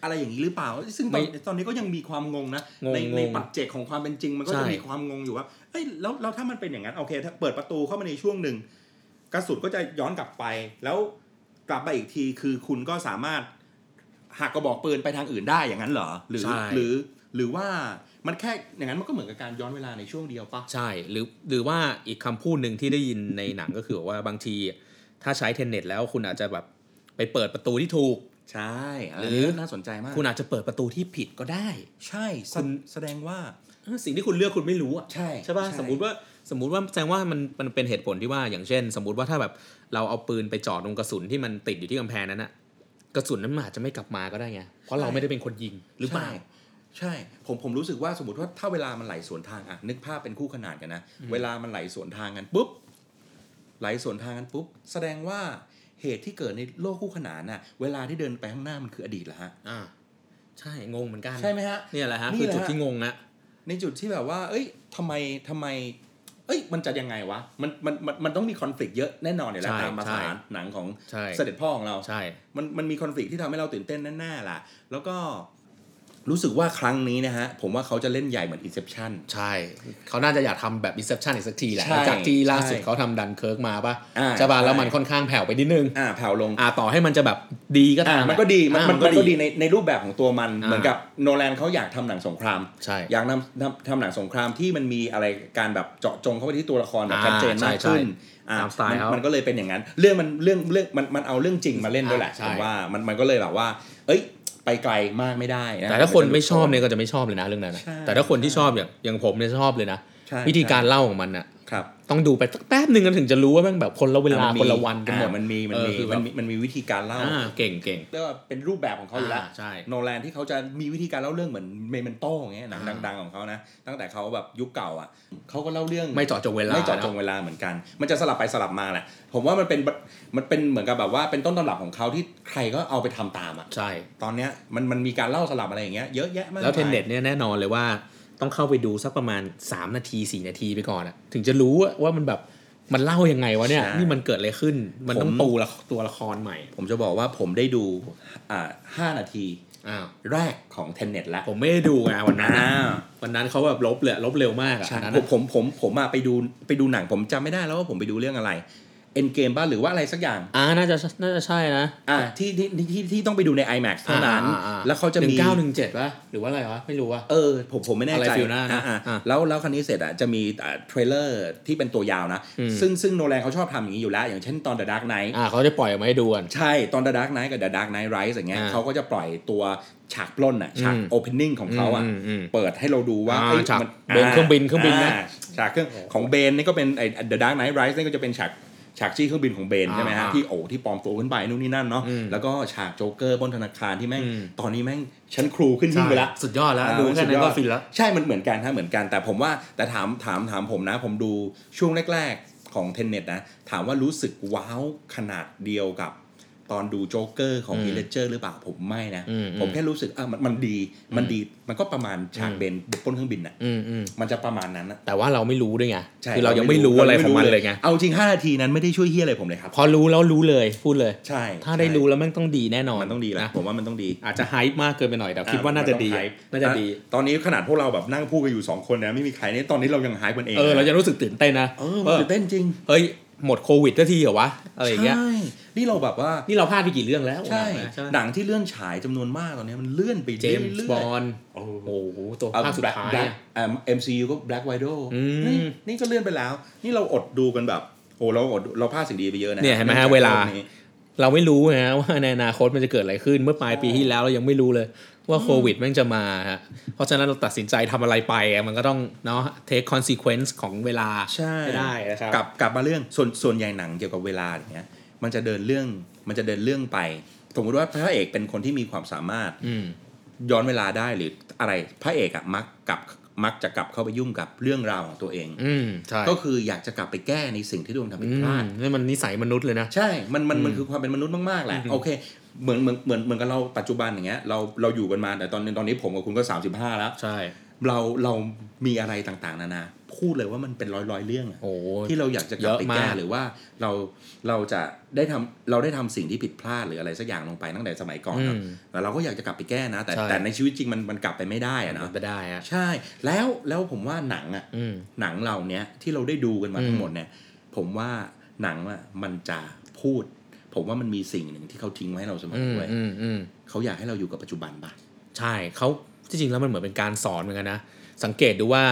อะไรอย่างนี้หรือเปล่า ซึ่งตอนตอนนี้ก็ยังมีความงงนะ งง ในใน งง ปัจเจกของความเป็นจริง มันก็จะ ใช่ มีความงงอยู่ว่าเอ้ยแล้วแล้วถ้ามันเป็นอย่างนั้น โอเค ถ้าเปิดประตูเข้ามาในช่วงหนึ่ง กระสุนก็จะย้อนกลับไป แล้วกลับมาอีกทีคือคุณก็สามารถหักกระบอกปืนไปทางอื่นได้อย่างนั้นเหรอ หรือ ใช่ หรือหรือว่ามันแค่อย่างนั้นมันก็เหมือนกับการย้อนเวลาในช่วงเดียวปะ ใช่หรือหรือว่าอีกคำพูดหนึ่งที่ได้ยินในหนังก็คือว่าบางทีถ้าใช้เทนเน็ตแล้วคุณอาจจะแบบไปเปิดประตูที่ถูก ใช่อัน หรื นี้ อ น่าสนใจมาก คุณอาจจะเปิดประตูที่ผิดก็ได้ ใช่แสดแสดงว่า เออสิ่งที่คุณเลือกคุณไม่รู้อะ ใช่ ใช่ป่ะสมมติว่าสมมติว่าแสดงว่ามันมันเป็นเหตุผลที่ว่าอย่างเช่น สมมติว่าถ้าแบบเราเอาปืนไปจ่อตรงกระสุนที่มันติดอยู่ที่กำแพงนั้นอะกระสุนนั้นมันอาจจะไม่กลับมาก็ได้ไงเพราะเราไม่ได้เป็นคนยิงหรือเปล่า ใช่ใช่ ผมผมรู้สึกว่าสมมติว่าถ้าเวลามันไหลสวนทางอะนึกภาพเป็นคู่ขนานกันนะ เวลามันไหลสวนทางกันปุ๊บไหลสวนทางกันปุ๊บแสดงว่าเหตุที่เกิดในโลกคู่ขนานน่ะเวลาที่เดินไปข้างหน้ามันคืออดีตละฮะ อ่า ใช่งงเหมือนกัน ใช่ไหมฮะ เนี่ยแหละฮะ นี่ คือ แหละ จุดที่งงนะ ในจุดที่แบบว่า เอ้ยทำไมทำไม เอ้ย มันจะยังไงวะมันมันมันมันต้องมีคอนฟ lict เยอะแน่นอนอยู่แล้วตามมาตรฐานหนังของ ใช่ เสด็จพ่อของเรา ใช่ มันมันมีคอนฟ lict ที่ทำให้เราตื่นเต้นแน่ๆล่ะ แล้วก็รู้สึกว่าครั้งนี้นะฮะ ผมว่าเขาจะเล่นใหญ่เหมือน Inception ใช่เขาน่าจะอยากทำแบบ Inception อีกสักทีแหละ ใช่ หลังจากที่ล่าสุด ใช่ เขาทำดันเคิร์กมาป่ะ อ่า ใช่ป่ะ ใช่ แล้วมันค่อนข้างแผ่วไปนิดนึง อ่าแผ่วลง อ่าต่อให้มันจะแบบดีก็ อ่า ตาม มันก็ดีมัน อ่ะ มันมันก็ดีในในรูปแบบของตัวมัน อ่า เหมือนกับโนแลนเขาอยากทำหนังสงคราม ใช่ อยากนำนำทำหนังสงครามที่มันมีอะไรการแบบเจาะจงเข้าไปที่ตัวละครแบบ อ่า ชัดเจนมาก ใช่ ขึ้น ใช่ อ่ะ ตามสไตล์ น เขามั มันก็เลยเป็นอย่างนั้น เรื่องมันเรื่องเรื่องมันมันเอาเรื่องจริงมาเล่นด้วยแหละ อ่าใช่ ผมว่ามันมันก็เลยแบบว่า เอ้ย ไปไกลมากไม่ได้นะ แต่ถ้าคนไม่ชอบเนี่ยก็จะไม่ชอบเลยนะเรื่องนั้นนะ ใช่ แต่ถ้าคนที่ ใช่ ชอบอย่างอย่างผมเนี่ยชอบเลยนะ ใช่ วิธีการเล่าของมันน่ะ ครับ ต้องดูไปสักแป๊บหนึ่งกันถึงจะรู้ว่าแม่งแบบคนละเวลา อ่ะมัมี คนละวันกันหมด อ่ะมันมีมันมี เออคือแบ มั บ นมีมันมีวิธีการเล่า อ่าเก่งเก่ง เรียกว่าเป็นรูปแบบของเขาอยู่แล้ว ใช่ โนแลนที่เขาจะมีวิธีการเล่าเรื่องเหมือนเมเมนโต้อย่างเงี้ยหนัง อ่า ดัง ๆของเขานะ ตั้งแต่เขาแบบยุคเก่าอ่ะเขาก็เล่าเรื่อง ไม่เจาะจงเวลา ไม่เจาะจง น เวลาเหมือนกัน มันจะสลับไปสลับมาแหละผมว่ามันเป็นมันเป็นเหมือนกับแบบว่าเป็นต้นตำรับของเขาที่ใครก็เอาไปทำตามอ่ะ ใช่ ตอนเนี้ยมันมันมีการเล่าสลับอะไรอย่างเงี้ยเยอะแยะมาก แล้วเทนเน็ มาย ตเนี่ยแน่นอนเลยว่าต้องเข้าไปดูสักประมาณ 3 นาที 4 นาทีไปก่อนอะถึงจะรู้ว่าว่ามันแบบมันเล่ายังไงวะเนี่ยนี่มันเกิดอะไรขึ้น มันต้องปูละตัวละครใหม่ ผมจะบอกว่าผมได้ดูอ่าห้านาที อ้าว แรกของเทนเน็ตแล้ว ผมไม่ได้ดูไงวันนั้นอะ อ่า วันนั้นเขาแบบลบเลยลบเร็วมากอะ ใช่ อันนั้น ผม อะ ผมผมผมอะไปดูไปดูหนังผมจำไม่ได้แล้วว่าผมไปดูเรื่องอะไร เอ็นเกมบ้านหรือว่าอะไรสักอย่าง อ่าน่าจะน่าจะใช่นะ อ่ะที่ที่ที่ที่ที่ต้องไปดูใน IMAX เท่านั้น อ่อ่อ่ แล้วเขาจะ หนึ่ มี งเก้าหนึ่งเจ็ดป่ะหรือว่าอะไรวะไม่รู้ว่ะ เออผมผมไม่แน่ อะไร ใจ ฟิลหน้านะ อ่ะอ่ะ อ่ะ แล้วแล้วคันนี้เสร็จอ่ะจะมีอ่ะเทรลเลอร์ที่เป็นตัวยาวนะ อืม ซึ่งซึ่งโนแลนเขาชอบทำอย่างนี้อยู่แล้ว อย่างเช่นตอน The Dark Knight อ่าเขาจะปล่อยออกมาให้ดูกัน ใช่ตอน The Dark Knight กับ The Dark Knight Rise อย่างเงี้ย อ่ะ เขาก็จะปล่อยตัวฉากปล้นอ่ะฉาก อืม โอเพนนิ่งของเขาอ่ะ อืมอืม เปิดให้เราดูว่า อ่า เอ้ย ฉาก มัน เบนเครื่องบินเครื่องบินนะ าฉากเครื่องของเบนนี่ก็เป็นไอ้ The Dark Knight Rise นี่ก็จะเป็นฉากฉากจี้เครื่องบินของเบนใช่ไหมฮะ อ่า ที่โอ้ที่ปลอมตัวขึ้นไปนู่นนี่นั่นเนาะ อืม แล้วก็ฉากโจ๊กเกอร์บนธนาคารที่แม่ง อืม ตอนนี้แม่งชั้นครูขึ้นหิ้งไปละ สุดยอดแล้ว อ่า ดูแค่นั้น มัสุดย ก็ อด ฟินแล้ว ใช่มันเหมือนกันฮะเหมือนกันแต่ผมว่าแต่ถามถามถามผมนะ ผมดูช่วงแรก ๆ ของเทนเน็ตนะ ถามว่ารู้สึกว้าวขนาดเดียวกับ ตอนดูโจ๊กเกอร์ของ อืม ฮีเลเจอร์หรือเปล่าผมไม่นะ อืม ผมแค่รู้สึกอ่ะมันมันดีมันดีมันก็ประมาณฉาก อืม เบนบนเครื่องบินน่ะ อืมอืม มันจะประมาณนั้นนะ แต่ว่าเราไม่รู้ด้วยไง ใช่ คือเรายังไม่รู้อะไรของมันเลยไง เอาจริง 5 นาทีนั้นไม่ได้ช่วยเฮียอะไรผมเลยครับ พอรู้แล้วรู้เลยพูดเลย ใช่ ถ้าได้รู้แล้วมันต้องดีแน่นอน มันต้องดีแหละ นะ ผมว่ามันต้องดี อาจจะไฮป์มากเกินไปหน่อยแต่คิดว่าน่าจะดี อ่มัต้อง hype น่าจะดี ตอนนี้ขนาดพวกเราแบบนั่งพูดกันอยู่ 2 คนนะไม่มีใครเนี่ยตอนนี้เรายังหายกันเอง เออ เราจะรู้สึกตื่นเต้นนะ เออ เออ ตื่นเต้นจริง เฮ้ย หมดโควิดสักทีเหรอวะอะไรอย่างเงี้ย ใช่นี่เราแบบว่า นี่เราพลาดไปกี่เรื่องแล้ว ใช่ ใช่ หนังที่เลื่อนฉายจำนวนมากตอนนี้มันเลื่อนไป เจ เรื่ ม อยส์บ ๆ อล โอ้ โอ้ โห โหตัวภาคสุดท้าย แบล็ค อะ เอ่อ MCU ก็ Black Widow อืม นี่นี่ก็เลื่อนไปแล้ว นี่เราอดดูกันแบบโอ้เราอดเราพลาดสิ่งดีไปเยอะนะ เนี่ยเห็นไหมฮะ องจก เวลา รื่องนี้ เราไม่รู้นะ ว่าในอนาคตมันจะเกิดอะไรขึ้น เมื่อปลายปีที่แล้วเรายังไม่รู้เลยว่าโควิดแม่งจะมาฮะเพราะฉะนั้นเราตัดสินใจทำอะไรไปอะมันก็ต้องเนาะ take consequence ของเวลา ใช่ ให้ได้นะครับ กลับกลับมาเรื่องส่วนส่วนใหญ่หนังเกี่ยวกับเวลาอย่างเงี้ยมันจะเดินเรื่องมันจะเดินเรื่องไปสมมติว่าพระเอกเป็นคนที่มีความสามารถ อืม ย้อนเวลาได้หรืออะไรพระเอกอะมักกลับมักจะกลับเข้าไปยุ่งกับเรื่องราวของตัวเอง อืม ใช่ ก็คืออยากจะกลับไปแก้ในสิ่งที่ตัวเองทำผิดอืพลาม ด นี่มันนิสัยมนุษย์เลยนะ ใช่ มันมันมัน อืม คือความเป็นมนุษย์มากๆแหละ อืม โอเคเหมือนเหมือนเหมือนเหมือนกับเราปัจจุบันอย่างเงี้ยเราเราอยู่กันมาแต่ตอนนี้ตอนนี้ผมกับคุณก็ 35 แล้ว ใช่ เราเรามีอะไรต่างๆนานาพูดเลยว่ามันเป็นร้อยร้อยๆเรื่องอะ โอ้โห ที่เราอยากจะกลับไป เยอะมาก แก้หรือว่าเราเราจะได้ทำเราได้ทำสิ่งที่ผิดพลาดหรืออะไรสักอย่างลงไปตั้งแต่สมัยก่อน อื เนอะ ม แต่เราก็อยากจะกลับไปแก้นะ แต่ ใช่ แต่ในชีวิตจริงมันมันกลับไปไม่ได้อะ มั เนาะ นไปได้ฮะ ใช่แล้วแล้วผมว่าหนังอ่ะ อืม หนังเราเนี้ยที่เราได้ดูกันมา อืม ทั้งหมดเนี่ยผมว่าหนังอ่ะมันจะพูด ผมว่ามันมีสิ่งหนึ่งที่เขาทิ้งไว้ให้เราเสมอ อื อ ม ด้วย อืมอืม เขาอยากให้เราอยู่กับปัจจุบันป่ะ ใช่เขาที่จริงแล้วมันเหมือนเป็นการสอนเหมือนกันนะ สังเกตดูว่า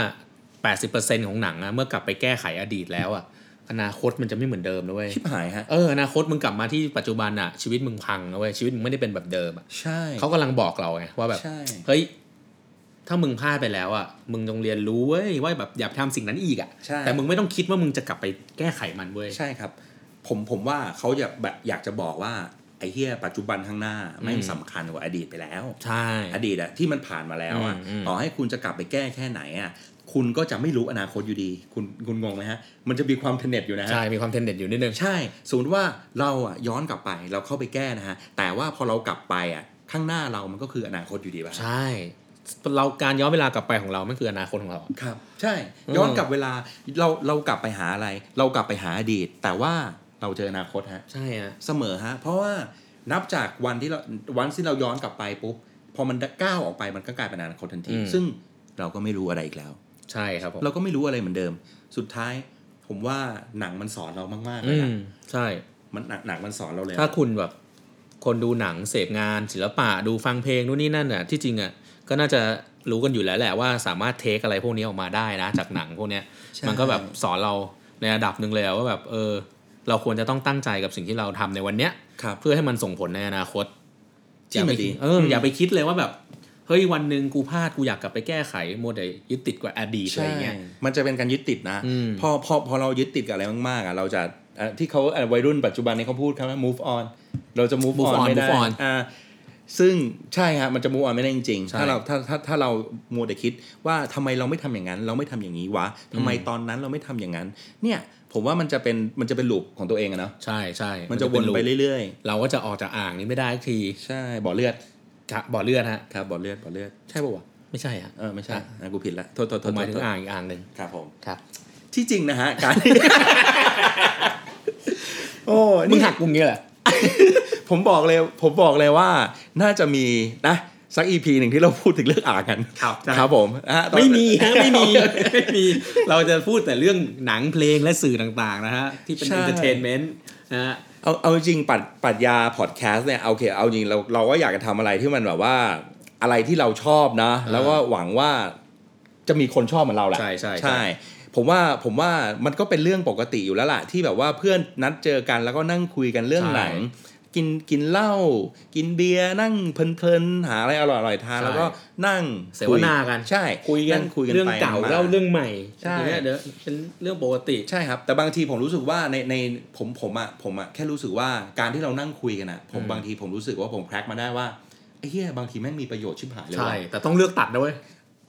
80%ของหนังอะเมื่อกลับไปแก้ไขอดีตแล้วอะอนาคตมันจะไม่เหมือนเดิมนะเว้ย ชิบหายฮะ เอออนาคตมึงกลับมาที่ปัจจุบันอะชีวิตมึงพังนะเว้ยชีวิตมึงไม่ได้เป็นแบบเดิมอะ ใช่ เขากำลังบอกเราไงว่าแบบ ใช่ เฮ้ยถ้ามึงพลาดไปแล้วอะมึงต้องเรียนรู้เว้ยว่าแบบอย่าไปทำสิ่งนั้นอีกอะ ใช่ แต่มึงไม่ต้องคิดว่ามึงจะกลับไปแก้ไขมันเว้ย ใช่ครับ ผมผมว่าเขาอยากแบบอยากจะบอกว่าไอ้เฮียปัจจุบันข้างหน้าไม่ อืม สำคัญกว่าอดีตไปแล้ว ใช่ อดีตอะที่มันผ่านมาแล้วอะ อืมอืม ต่อให้คุณจะกลับไปแก้แค่ไหนอะคุณก็จะไม่รู้อนาคตอยู่ดี คุณคุณงงไหมฮะ มันจะมีความเทนเน็ตอยู่นะฮะ ใช่มีความเทนเดนอยู่นิดนึง ใช่ สมมติว่าเราอ่ะย้อนกลับไปเราเข้าไปแก้นะฮะ แต่ว่าพอเรากลับไปอ่ะข้างหน้าเรามันก็คืออนาคตอยู่ดีป่ะ ใช่ เราการย้อนเวลากลับไปของเรามันคืออนาคตของเราอะ ครับ ใช่ อืม ย้อนกลับเวลาเราเรากลับไปหาอะไร เรากลับไปหาอดีต แต่ว่าเราเจออนาคตฮะ ใช่อะ เสมอฮะ เพราะว่านับจากวันที่เราวันที่เราย้อนกลับไปปุ๊บพอมันก้าวออกไปมันก็กลายเป็นอนาคตทันที อืม ซึ่งเราก็ไม่รู้อะไรอีกแล้ว ใช่ครับผม เราก็ไม่รู้อะไรเหมือนเดิม สุดท้ายผมว่าหนังมันสอนเรามากๆเล อื ยนะ มใช่ มันหนังหนังมันสอนเราเลย ถ้าคุณแบบคนดูหนังเสพงานศิลปะดูฟังเพลงนู่นนี่นั่นน่ะที่จริงอ่ะก็น่าจะรู้กันอยู่แล้วแหละว่าสามารถเทคอะไรพวกนี้ออกมาได้นะ จากหนังพวกเนี้ย ใช่ มันก็แบบสอนเราในระดับหนึ่งเลยอะว่าแบบเออ เราควรจะต้องตั้งใจกับสิ่งที่เราทำในวันเนี้ย ครับ เพื่อให้มันส่งผลในอนาคต ที่มันดี อย่าไปเอออย่าไปคิดเลยว่าแบบเฮ้ยวันหนึ่งกูพลาดกูอยากกลับไปแก้ไขโมเดลยึดติดกับอดีตอะไรอย่างเงี้ย มันจะเป็นการยึดติดนะ อืม พอพอพอเรายึดติดกับอะไรมากๆอ่ะเราจะเอ่อที่เขาเอ่อวัยรุ่นปัจจุบันนี้เขาพูดคำว่า move on เราจะ move move on on ไม่ได้ move on อ่าซึ่งใช่ฮะมันจะ move on ไม่ได้จริง ใช่ ๆถ้าเราถ้าถ้าถ้าเรามัวแต่คิดว่าทำไมเราไม่ทำอย่างนั้น เราไม่ทำอย่างนี้วะทำไม อืม ตอนนั้นเราไม่ทำอย่างนั้น เนี่ยผมว่ามันจะเป็นมันจะเป็นลูปของตัวเองอะเนาะ ใช่ใช่ มันจะวนไปเรื่อย เราก็จะออกจากอ่างนี้ไม่ได้สักที ๆ ใช่บ่อเลือด จะบ่อเลือดฮะ ครับบ่อเลือดบ่อเลือดใช่ป่าวะ ไม่ใช่ฮะ เออไม่ใช่ อ่ะ อ่ะกูผิดละโทษโทษโท ผม ษ หมายถึ โท ง ษ อ่างอีกอ่างหนึ่ง ครับผม ครับ ที่จริงนะฮะ การ โอ้ มึง นี่ หักกลุ่มนี้แหละ ผมบอกเลย ผมบอกเลยว่าน่าจะมีนะ สักอีพีหนึ่งที่เราพูดถึงเรื่องอ่างกัน ครับ ครับผมนะฮะตอน ไม่มีฮะไม่มีไม่มี เราจะพูดแต่เรื่องหนังเพลงและสื่อต่างๆนะฮะ ที่เป็น entertainment นะฮะ เอาเอาจริงปรัดปรัดยาพอดแคสต์เนี่ยโอเคเอาจริงเราเราก็อยากจะทำอะไรที่มันแบบว่าอะไรที่เราชอบนะ แล้วก็หวังว่าจะมีคนชอบเหมือนเราแหละ ใช่ใช่ใช่ ใช่ ผมว่าผมว่ามันก็เป็นเรื่องปกติอยู่แล้วล่ะที่แบบว่าเพื่อนนัดเจอกันแล้วก็นั่งคุยกันเรื่องหนัง กินกินเหล้ากินเบียร์นั่งเพลินๆหาอะไรอร่อยๆทาน ใช่ แล้วก็นั่ง เสวนากัน ใช่ คุยกัน งคุยกัน เรื่อง ไป เก่า มา เล่าเรื่องใหม่ ใช่ อย่างเงี้ยเดี๋ยวเป็นเรื่องปกติ ใช่ครับ แต่บางทีผมรู้สึกว่าในในผมผมอะผมอะแค่รู้สึกว่าการที่เรานั่งคุยกันอะผม อืม บางทีผมรู้สึกว่าผมแคร็กมาได้ว่าไอ้เฮียบางทีแม่งมีประโยชน์ชิบหายเลย ใช่ ว่ะ แต่ต้องเลือกตัดนะเว้ย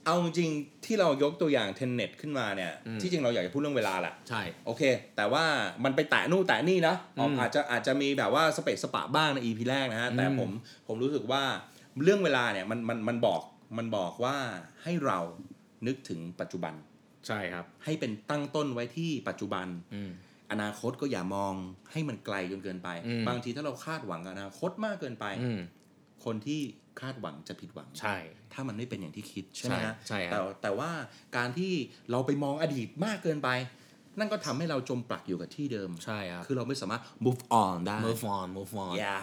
เอาจริงๆที่เรายกตัวอย่างเทนเน็ตขึ้นมาเนี่ย อืม ที่จริงเราอยากจะพูดเรื่องเวลาแหละ ใช่ โอเค แต่ว่ามันไปแตะนู่นแตะนี่นะอ๋อ ม อาจจะอาจจะมีแบบว่าสเปซสปะบ้างใน EP แรกนะฮะ แต่ อืม ผมผมรู้สึกว่าเรื่องเวลาเนี่ยมันมันมันบอกมันบอกว่าให้เรานึกถึงปัจจุบัน ใช่ครับ ให้เป็นตั้งต้นไว้ที่ปัจจุบัน อืม อนาคตก็อย่ามองให้มันไกลจนเกินไป อืม บางทีถ้าเราคาดหวังกับอนาคตมากเกินไป อืม คนที่คาดหวังจะผิดหวัง ใช่ ถ้ามันไม่เป็นอย่างที่คิดใช่ไหมฮะ ใช่ใช่ครับ แต่แต่ว่าการที่เราไปมองอดีตมากเกินไป นั่นก็ทำให้เราจมปลักอยู่กับที่เดิม ใช่ครับ คือเราไม่สามารถ move on ได้ move on move on yeah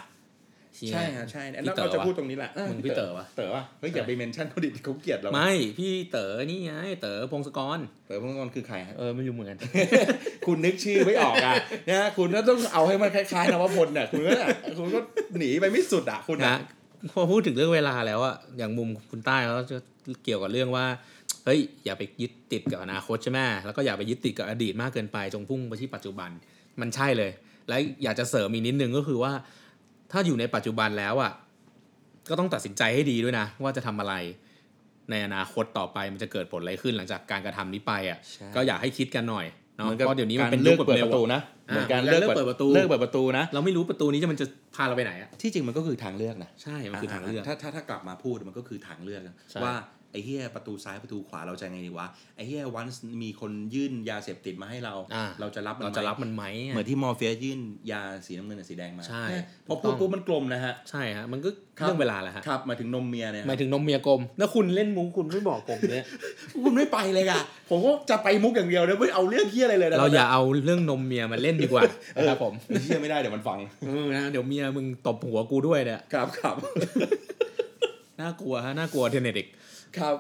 เหี้ย ใช่ฮะใช่ พี่ แล้ว เต๋อ เราจะ วะ พูดตรงนี้แหละ มึงพี่เต๋อวะ เต๋อวะเฮ้ยอย่าไปเมนชั่นเขาดิเขาเกลียดเรา ไม่ พี่เต๋อนี่ไงเต๋อพงศกร เต๋อพงศ์กรคือใครฮะ เออไม่รู้เหมือนกัน คุณนึกชื่อไม่ออกอ่ะ นะฮะคุณก็ต้องเอาให้มันคล้ายๆนวพลน่ะคุณก็คุณก็หนีไปไม่สุดอ่ะคุณ นะ นะ พอพูดถึงเรื่องเวลาแล้วอะอย่างมุมคุณใต้แล้วจะเกี่ยวกับเรื่องว่า เฮ้ย อย่าไปยึดติดกับอนาคตใช่ไหมแล้วก็อย่าไปยึดติดกับอดีตมากเกินไปจงพุ่งไปที่ปัจจุบัน มันใช่เลย และอยากจะเสริมอีกนิดนึงก็คือว่า ถ้าอยู่ในปัจจุบันแล้วอะก็ต้องตัดสินใจให้ดีด้วยนะ ว่าจะทำอะไร ในอนาคตต่อไปมันจะเกิดผลอะไรขึ้นหลังจากการกระทำนี้ไปอะ ใช่ ก็อยากให้คิดกันหน่อยเนาะ หมือ เพราะเดี๋ยวนี้มัน การ เป็น เลื ยุ อก คแบบ เปิด เร็ ป ว ระตู อะ นะ อ่า การ เลือกเปิดประตู เลือกเปิดประตูนะ เราไม่รู้ประตูนี้จะมันจะพาเราไปไหนอะ ที่จริงมันก็คือทางเลือกนะ ใช่มันคือทางเลือก ถ้าถ้าถ้ากลับมาพูดมันก็คือทางเลือกนะ ใช่ ว่าไอ้เฮียประตูซ้ายประตูขวาเราจะไงดีวะไอ้เฮียวันมีคนยื่นยาเสพติดมาให้เรา อ่ เราจะรับมัน เราจะรับ ไหม มันไหมอะ เหมือนที่มอร์เฟียสยื่นยาสีน้ำเงินกับสีแดงมา ใช่ เนี่ยพอ ถูกต้ พูดปุ๊องบมันกลมนะฮะ ใช่ฮะมันก็ ครับ เรื่องเวลาแหละฮะ ครับหมายถึงนมเมียเนี่ย ห ค มา รั ย บ ถึงนมเมียกลมแล้วคุณเล่นมุกคุณไม่บอกผมเนี่ย คุณไม่ไปเลยอ่ะผมก็จะไปมุกอย่างเดียวเลยไม่เอาเรื่องเฮียอะไรเลยนะ เราอย่าเอาเรื่องนมเมียมาเล่นดีกว่า นะครับผม เชื่อไม่ได้เดี๋ยวมันฟัง เออนะเดี๋ยวเมียมึงตบหัวกูด้วยเนี่ย ครับครับ น่ากลัวฮะน่ากลัวเทนเนติก ครับ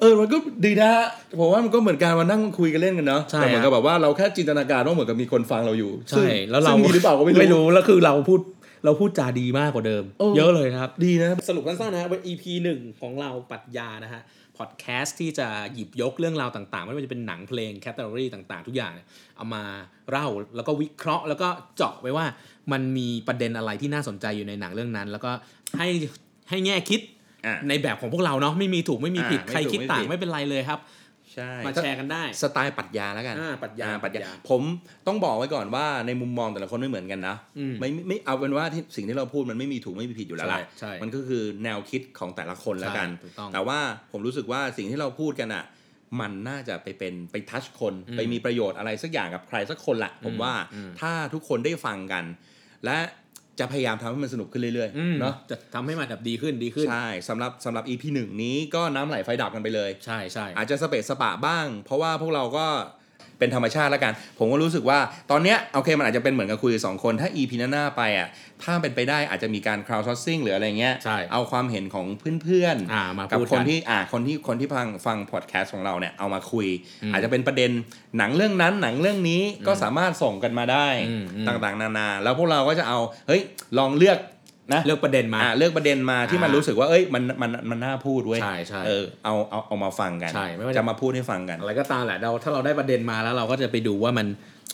เออมันก็ดีนะฮะผมว่ามันก็เหมือนการมานั่งคุยกันเล่นกันเนาะ ใช่ แต่เหมือนกับ ฮะ แบบว่าเราแค่จินตนาการว่าเหมือนกับมีคนฟังเราอยู่ ใช่ ซึ่ง แล้วเรา ซึ่งมีหรือเปล่าก็ไม่รู้ ไม่รู้แล้วคือเราพูดเราพูดจาดีมากกว่าเดิม เออ เยอะเลยนะครับ ดีนะ สรุปสั้นๆนะฮะเป็น EP หนึ่งของเราปรัชญานะฮะพอดแคสต์ที่จะหยิบยกเรื่องราวต่างๆ ไม่ว่าจะเป็นหนังเพลงแคตตาล็อต่างๆ ทุกอย่างเนี่ยเอามาเล่าแล้วก็วิเคราะห์ แล้วก็เจาะไว้ว่ามันมีประเด็นอะไรที่น่าสนใจอยู่ในหนังเรื่องนั้น แล้วก็ให้ให้แง่คิด อ่ะ ในแบบของพวกเราเนาะไม่มีถูกไม่มีผิด อ่ะไม่ ใคร ถูก คิด ไม่ ต่าง ผิด ไม่เป็นไรเลยครับ ใช่ มาแชร์กันได้ สไตล์ปรัชญาแล้วกัน อ่าปรัชญา อ่ปรัชญา ปรัชญา ผมต้องบอกไว้ก่อนว่าในมุมมองแต่ละคนไม่เหมือนกันนะ อืม ไม่ไม่ไม่เอาเป็นว่าที่สิ่งที่เราพูดมันไม่มีถูกไม่มีผิดอยู่แล้วล่ะ ใช่ใช่ มันก็คือแนวคิดของแต่ละคนแล้วกัน ใช่ถูกต้อง แต่ว่าผมรู้สึกว่าสิ่งที่เราพูดกันอ่ะ มันน่าจะไปเป็นไปทัชคน อืม ไปมีประโยชน์อะไรสักอย่างกับใครสักคนละผมว่า อืม ถ้าทุกคนได้ฟังกัน และจะพยายามทำให้มันสนุกขึ้นเรื่อย อืม ๆเนาะ จะทำให้มันแบบดีขึ้นดีขึ้น ใช่สำหรับสำหรับ EP หนึ่งนี้ก็น้ำไหลไฟดับกันไปเลย ใช่ใช่ อาจจะสเปซสปะบ้าง เพราะว่าพวกเราก็เป็นธรรมชาติแล้วกัน ผมก็รู้สึกว่าตอนเนี้ยโอเคมันอาจจะเป็นเหมือนกับคุยสองคน ถ้า EP หน้าๆไปอ่ะถ้าเป็นไปได้อาจจะมีการ crowd sourcing หรืออะไรเงี้ย ใช่ เอาความเห็นของเพื่อน อ่ามา กับ พูด ค กัน น ที่อ่าคนที่คนที่ฟังฟังพอดแคสต์ของเราเนี่ยเอามาคุย อืม อาจจะเป็นประเด็นหนังเรื่องนั้นหนังเรื่องนี้ก็สามารถส่งกันมาได้ อืมอืม ต่างๆ นานา แล้วพวกเราก็จะเอาเฮ้ยลองเลือกนะ เลือกประเด็นมา อ่าเลือกประเด็นมาที่มัน อ่ารู้ รู้สึกว่าเอ้ยมันมันมันน่าพูดเว้ย ใช่ใช่ เออเอาเอาเอามาฟังกัน ใช่ไม่ว่าจะ จะมาพูดให้ฟังกัน อะไรก็ตามแหละเราถ้าเราได้ประเด็นมาแล้วเราก็จะไปดูว่ามัน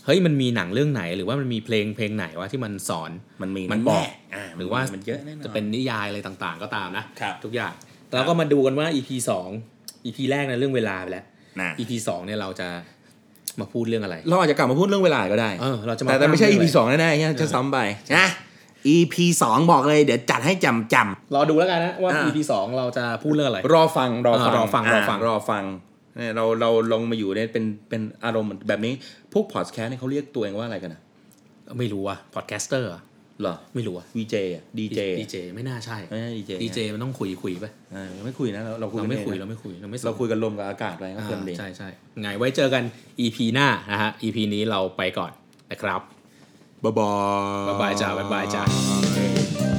เฮ้ยมันมีหนังเรื่องไหน หรือว่ามันมีเพลงเพลงไหนว่าที่มันสอน มันมี มัน แ บอก อ่ หรือว่า มันเยอะแน่นอน จะเป็นนิยายอะไรต่างๆ ก็ตามนะครับ ทุกอย่างแล้วก็มาดูกันว่า EP 2 EP แรกนะเรื่องเวลาไปแล้ว นะ EP 2เนี่ยเราจะมาพูดเรื่องอะไร เราอาจจะกลับมาพูดเรื่องเวลาก็ได้ เออเราจะมา แต่แต่ไม่ใช่ EP สอง 2แน่ๆเนี่ยจะซ้ำไปนะ EP 2 บอกเลยเดี๋ยวจัดให้จำจ รอดูแล้วกันนะว่า อ่า EP 2เราจะพูดเรื่องอะไร ำรอฟังรอฟัง เออรอฟังรอฟัง ารอฟังเนี่ยเราเราลงมาอยู่เนี่ยเป็นเป็นอารมณ์แบบนี้ พวกพอดแคสต์เนี่ยเขาเรียกตัวเองว่าอะไรกันนะ ไม่รู้ว่ะพอดแคสเตอร์ เหรอ ไม่รู้อะ วีเจดีเจ ดีเจไม่น่าใช่ ไม่ใช่ดีเจ ดีเจมันต้องคุยคุยไป ไม่คุยนะ เราเราคุย เราไม่คุย กันอง เราไม่คุยเราไม่สน เราคุยกันลมกับอากาศไปก็เกินเอง ใช่ใช่ไงไว้เจอกัน EP หน้านะฮะ EP นี้เราไปก่อนนะครับ บ๊ายบาย บ๊ายบายจ้าบ๊ายบายจ้า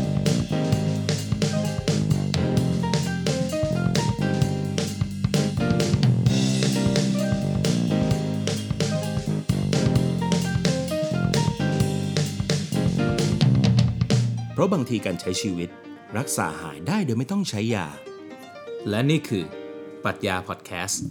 เพราะบางทีการใช้ชีวิต รักษาหายได้โดยไม่ต้องใช้ยา และนี่คือปรัชญาพอดแคสต์